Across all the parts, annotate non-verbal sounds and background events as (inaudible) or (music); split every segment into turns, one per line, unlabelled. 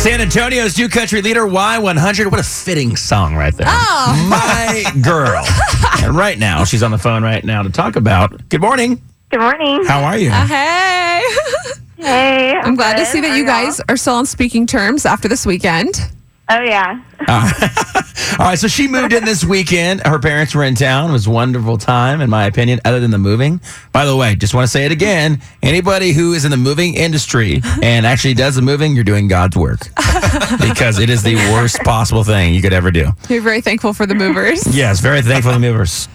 San Antonio's new country leader Y100. What a fitting song right there.
Oh,
My (laughs) girl. and right now, she's on the phone right now to talk about. Good morning.
Good morning.
How are you?
Uh-huh. hey. (laughs)
Hey.
I'm glad to
good.
see
How
that you guys are still on speaking terms after this weekend.
Oh yeah.
All right, so she moved in this weekend. Her parents were in town. It was a wonderful time, in my opinion, other than the moving. By the way, just want to say it again. Anybody who is in the moving industry and actually does the moving, you're doing God's work. because it is the worst possible thing you could ever do.
We're very thankful for
(laughs)
the movers.
Yes, very thankful to the movers.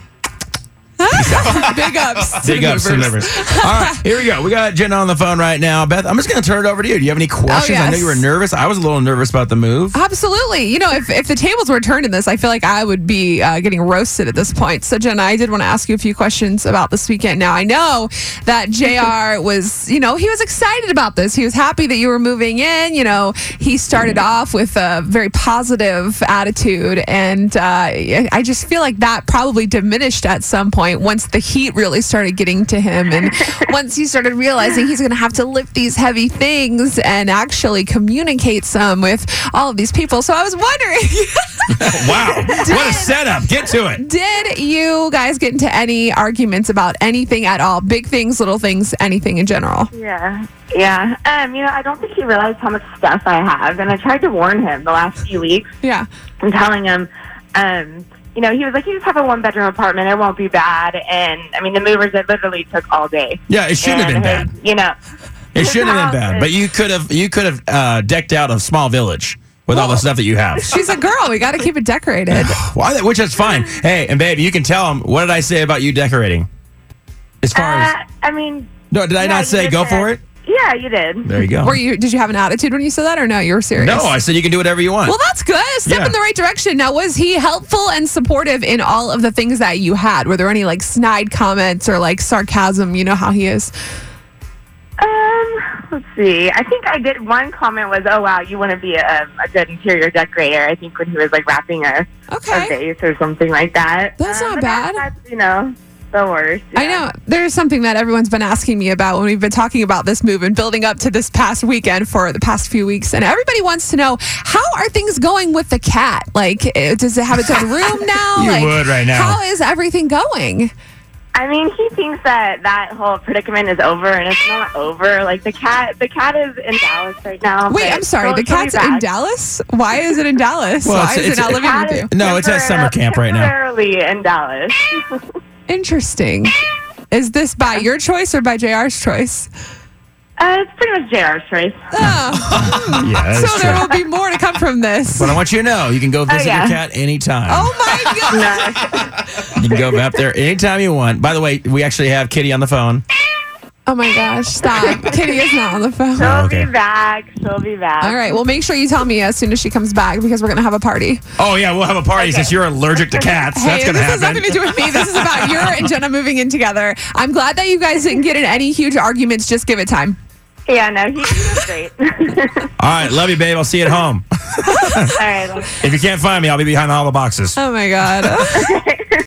Big ups. to
Big
the
ups to the
movers.
members. All right, here we go. We got Jenna on the phone right now. Beth, I'm just going to turn it over to you. Do you have any questions? I know
yes.
you were nervous. I was a little nervous about the move.
Absolutely. You know, if, if the tables were turned in this, I feel like I would be uh, getting roasted at this point. So, Jenna, I did want to ask you a few questions about this weekend. Now, I know that (laughs) JR was, you know, he was excited about this. He was happy that you were moving in. You know, he started
Mm-hmm.
off with a very positive attitude. And uh, I I just feel like that probably diminished at some point once the heat really started getting to him. And once he started realizing he's going to have to lift these heavy things and actually communicate some with all of these people. So I was wondering, (laughs)
(laughs) Wow. what a setup. Get to it.
did you guys get into any arguments about anything at all? Big things, little things, anything in general?
Yeah. Yeah. Um, you know, I don't think he realized how much stuff I have and I tried to warn him the last few weeks
Yeah.
and telling him, um, you know, he was like, You just have a one bedroom apartment, it won't be bad and I mean the movers it literally took all day.
Yeah, it shouldn't have been
And
bad.
his- You know.
It
his
shouldn't have been
house
bad.
is-
But you could have you could have uh, decked out a small village with all the stuff that you have.
She's a girl. We got to keep
(laughs)
it decorated.
(sighs) Why that- Which is fine. Hey, and babe, you can tell them what did I say about you decorating? As far as
Uh, I mean
no, did I
yeah,
not
you
say
did
go
that.
for it?
Yeah, you did.
There you go.
Were you? Did you have an attitude when you said that, or no? You were serious.
no, I said you can do whatever you want.
Well, that's good. A Step
Yeah.
in the right direction. Now, was he helpful and supportive in all of the things that you had? Were there any like snide comments or like sarcasm? You know how he is.
Um, let's see. I think I did one comment was, "Oh wow, you want to be a, a good interior decorator." I think when he was like wrapping a
Okay.
a vase or something like that.
That's not
but
bad.
That's, that's, you know, the worst.
I
yeah.
know there's something that everyone's been asking me about when we've been talking about this move and building up to this past weekend for the past few weeks. And everybody wants to know how are things going with the cat? Like, eh, does it have its
(laughs)
own room now?
You
Like,
would right now.
How is everything going?
I mean, he thinks that that whole predicament is over, and it's not over. Like the cat, the cat is in Dallas right now.
Wait,
but
I'm sorry.
she'll-
the
she'll be
cat's in
back.
Dallas. Why is it in Dallas?
Well,
Why
it's-
is it
it's-
not
it-
living
Cat
with you?
is
No, it's at summer
temporarily-
camp right now.
Temporarily in Dallas.
Interesting. Is this by your choice or by JR's
(laughs)
choice?
Uh, it's pretty much JR's choice.
Oh,
(laughs) yeah, that is
so
true.
there will be more to come from this.
But I want you to know you can go visit
yeah.
your cat anytime.
Oh my God.
You can go up there anytime you want. By the way, we actually have Kitty on the phone.
Oh my gosh. Stop.
(laughs)
Kitty is not on the phone.
She'll
Oh, okay.
be back. She'll be back.
All right. Well, make sure you tell me as soon as she comes back because we're going to have a party.
Oh yeah, we'll have a party since you're allergic to cats. That's
hey,
gonna
this has
happen.
nothing to do with me. This is about you and Jenna moving in together. I'm glad that you guys didn't get in any huge arguments. Just give it time.
Yeah, no, he, he's great. (laughs) All
All right, love you, babe. I'll see you at home.
right.
(laughs)
if you can't find me, I'll be behind all the boxes.
Oh my God.